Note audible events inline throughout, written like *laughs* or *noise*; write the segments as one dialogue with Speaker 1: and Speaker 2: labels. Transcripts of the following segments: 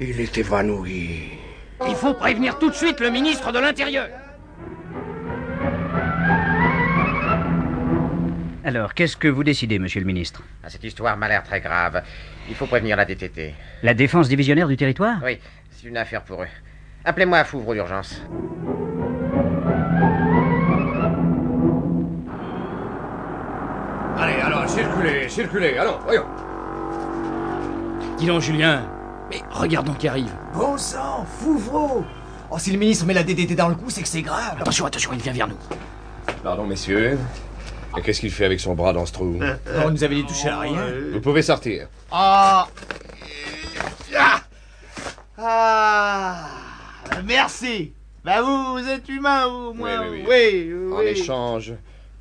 Speaker 1: Il est évanoui.
Speaker 2: Il faut prévenir tout de suite le ministre de l'Intérieur.
Speaker 3: Alors, qu'est-ce que vous décidez, monsieur le ministre
Speaker 4: Ah, cette histoire m'a l'air très grave. Il faut prévenir la DTT.
Speaker 3: La défense divisionnaire du territoire
Speaker 4: Oui, c'est une affaire pour eux. Appelez-moi à Fouvre d'urgence.
Speaker 5: Allez, alors, circulez, circulez, allons, voyons.
Speaker 2: Dis donc, Julien. Mais regarde donc qui arrive.
Speaker 6: Bon sang, Fouvreau Oh, si le ministre met la DDT dans le coup, c'est que c'est grave.
Speaker 2: Attention, attention, il vient vers nous.
Speaker 5: Pardon, messieurs. Et qu'est-ce qu'il fait avec son bras dans ce trou
Speaker 6: on nous avait dit toucher à rien.
Speaker 5: Vous pouvez sortir.
Speaker 6: Ah Ah Merci Bah vous, vous êtes humain, vous, moi.
Speaker 5: Oui, Euh. oui,
Speaker 6: oui. oui,
Speaker 5: En échange,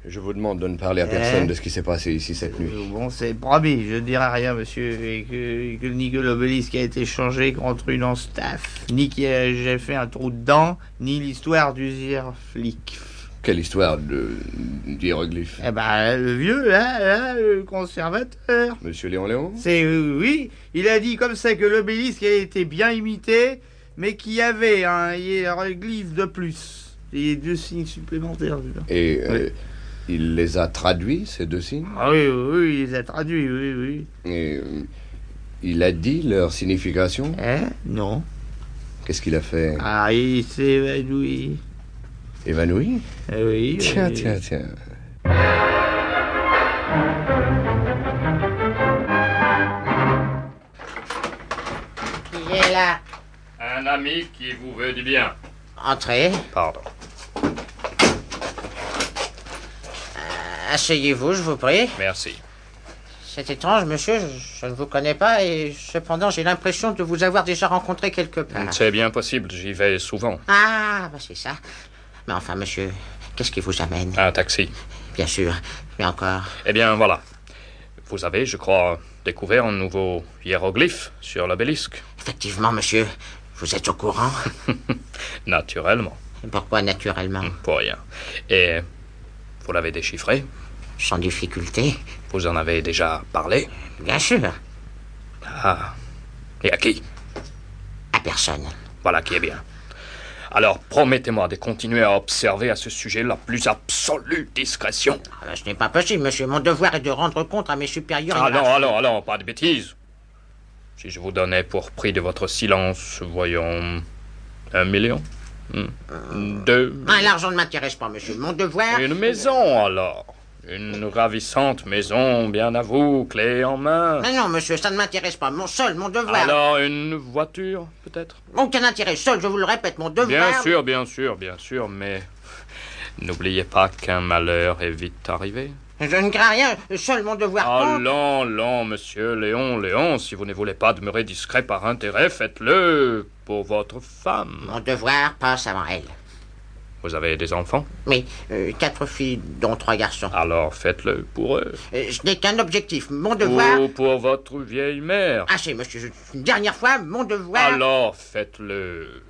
Speaker 5: je vous demande de ne parler à personne de ce qui s'est passé ici cette nuit.
Speaker 6: Euh, Bon, c'est promis, je ne dirai rien, monsieur, et que, que ni que l'obélisque a été changé contre une en staff, ni que euh, j'ai fait un trou dedans, ni l'histoire du zirflic.
Speaker 5: Quelle histoire de d'hiéroglyphe.
Speaker 6: Eh ben, le vieux, là, là, le conservateur.
Speaker 5: Monsieur Léon Léon
Speaker 6: C'est euh, oui, il a dit comme ça que l'obélisque a été bien imité, mais qu'il y avait hein, un hiéroglyphe de plus. Et deux signes supplémentaires. dis donc.
Speaker 5: Et euh, il les a traduits, ces deux signes
Speaker 6: Ah oui, oui, oui, il les a traduits, oui, oui.
Speaker 5: Et euh, il a dit leur signification
Speaker 6: Hein Non.
Speaker 5: Qu'est-ce qu'il a fait
Speaker 6: Ah, il s'est évanoui.
Speaker 5: Évanoui
Speaker 6: Eh oui,
Speaker 5: Tiens,
Speaker 6: oui.
Speaker 5: tiens, tiens.
Speaker 4: Qui est là
Speaker 7: Un ami qui vous veut du bien.
Speaker 4: Entrez.
Speaker 5: Pardon.
Speaker 4: Asseyez-vous, je vous prie.
Speaker 7: Merci.
Speaker 4: C'est étrange, monsieur, je, je ne vous connais pas et cependant j'ai l'impression de vous avoir déjà rencontré quelque part.
Speaker 7: C'est bien possible, j'y vais souvent.
Speaker 4: Ah, bah c'est ça. Mais enfin, monsieur, qu'est-ce qui vous amène
Speaker 7: Un taxi.
Speaker 4: Bien sûr, mais encore.
Speaker 7: Eh bien, voilà. Vous avez, je crois, découvert un nouveau hiéroglyphe sur l'obélisque. *laughs*
Speaker 4: Effectivement, monsieur, vous êtes au courant
Speaker 7: Naturellement,
Speaker 4: Pourquoi naturellement
Speaker 7: pour rien. Et vous l'avez déchiffré
Speaker 4: Sans difficulté
Speaker 7: Vous en avez déjà parlé
Speaker 4: Bien sûr,
Speaker 7: Ah. Et à qui
Speaker 4: à personne.
Speaker 7: Voilà qui est bien. Alors promettez-moi de continuer à observer à ce sujet la plus absolue discrétion.
Speaker 4: Ah, bah, ce n'est pas possible, monsieur. Mon devoir est de rendre compte à mes supérieurs.
Speaker 7: Ah non,
Speaker 4: hiérarchiques.
Speaker 7: allons, allons, pas de bêtises. Si je vous donnais pour prix de votre silence, voyons, un million, Hmm. deux,
Speaker 4: Ah, l'argent ne m'intéresse pas, monsieur. Mon devoir.
Speaker 7: une maison alors, une ravissante maison, bien à vous, clé en main.
Speaker 4: Mais non, monsieur, ça ne m'intéresse pas. Mon seul, mon devoir.
Speaker 7: Alors une voiture, peut-être.
Speaker 4: Aucun intérêt. Seul, je vous le répète, mon devoir.
Speaker 7: Bien sûr, bien sûr, bien sûr, mais n'oubliez pas qu'un malheur est vite arrivé.
Speaker 4: Je ne crains rien. Seul, mon devoir.
Speaker 7: Ah,
Speaker 4: compte.
Speaker 7: lent, lent, monsieur Léon, Léon, si vous ne voulez pas demeurer discret par intérêt, faites-le pour votre femme.
Speaker 4: Mon devoir passe avant elle.
Speaker 7: Vous avez des enfants
Speaker 4: Oui, euh, quatre filles, dont trois garçons.
Speaker 7: Alors faites-le pour eux.
Speaker 4: Euh, ce n'est qu'un objectif. Mon devoir.
Speaker 7: Ou pour votre vieille mère.
Speaker 4: Assez, monsieur. je- Une dernière fois, mon devoir.
Speaker 7: Alors faites-le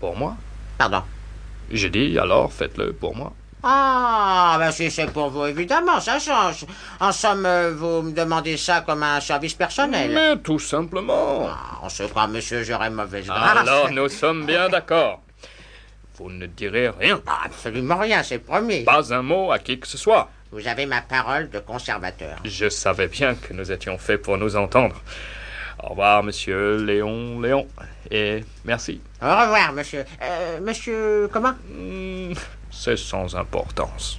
Speaker 7: pour moi.
Speaker 4: Pardon.
Speaker 7: J'ai dit alors faites-le pour moi.
Speaker 4: Ah, ben si c'est pour vous, évidemment, ça change. En somme, euh, vous me demandez ça comme un service personnel.
Speaker 7: Mais tout simplement.
Speaker 4: Ah, on se croit, monsieur, j'aurais mauvaise grâce.
Speaker 7: Alors nous sommes bien d'accord. Vous ne direz rien.
Speaker 4: Ah, absolument rien, c'est promis.
Speaker 7: Pas un mot à qui que ce soit.
Speaker 4: Vous avez ma parole de conservateur.
Speaker 7: Je savais bien que nous étions faits pour nous entendre. Au revoir, monsieur Léon Léon. Et merci.
Speaker 4: Au revoir, monsieur. Euh, monsieur, comment
Speaker 7: Hmm, C'est sans importance.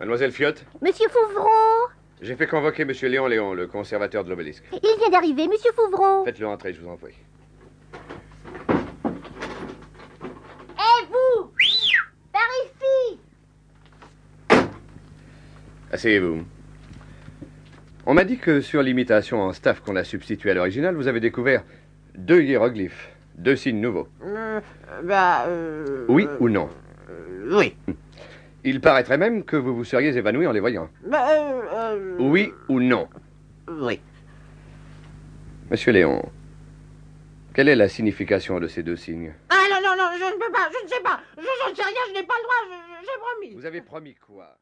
Speaker 5: Mademoiselle Fiotte,
Speaker 8: Monsieur Fouvron
Speaker 5: j'ai fait convoquer monsieur Léon Léon, le conservateur de l'obélisque.
Speaker 8: Il vient d'arriver, monsieur Fouvron
Speaker 5: Faites-le entrer, je vous en prie.
Speaker 8: Eh vous Par ici
Speaker 5: Asseyez-vous. On m'a dit que sur l'imitation en staff qu'on a substituée à l'original, vous avez découvert deux hiéroglyphes, deux signes nouveaux.
Speaker 4: Euh, Bah, euh,
Speaker 5: Oui
Speaker 4: euh,
Speaker 5: ou non
Speaker 4: oui.
Speaker 5: Il paraîtrait même que vous vous seriez évanoui en les voyant.
Speaker 4: Bah, euh, euh,
Speaker 5: Oui ou non
Speaker 4: Oui.
Speaker 5: Monsieur Léon, quelle est la signification de ces deux signes
Speaker 4: Ah non, non, non, je ne peux pas, je ne sais pas. Je je ne sais rien, je n'ai pas le droit, je- je- j'ai promis.
Speaker 5: Vous avez promis quoi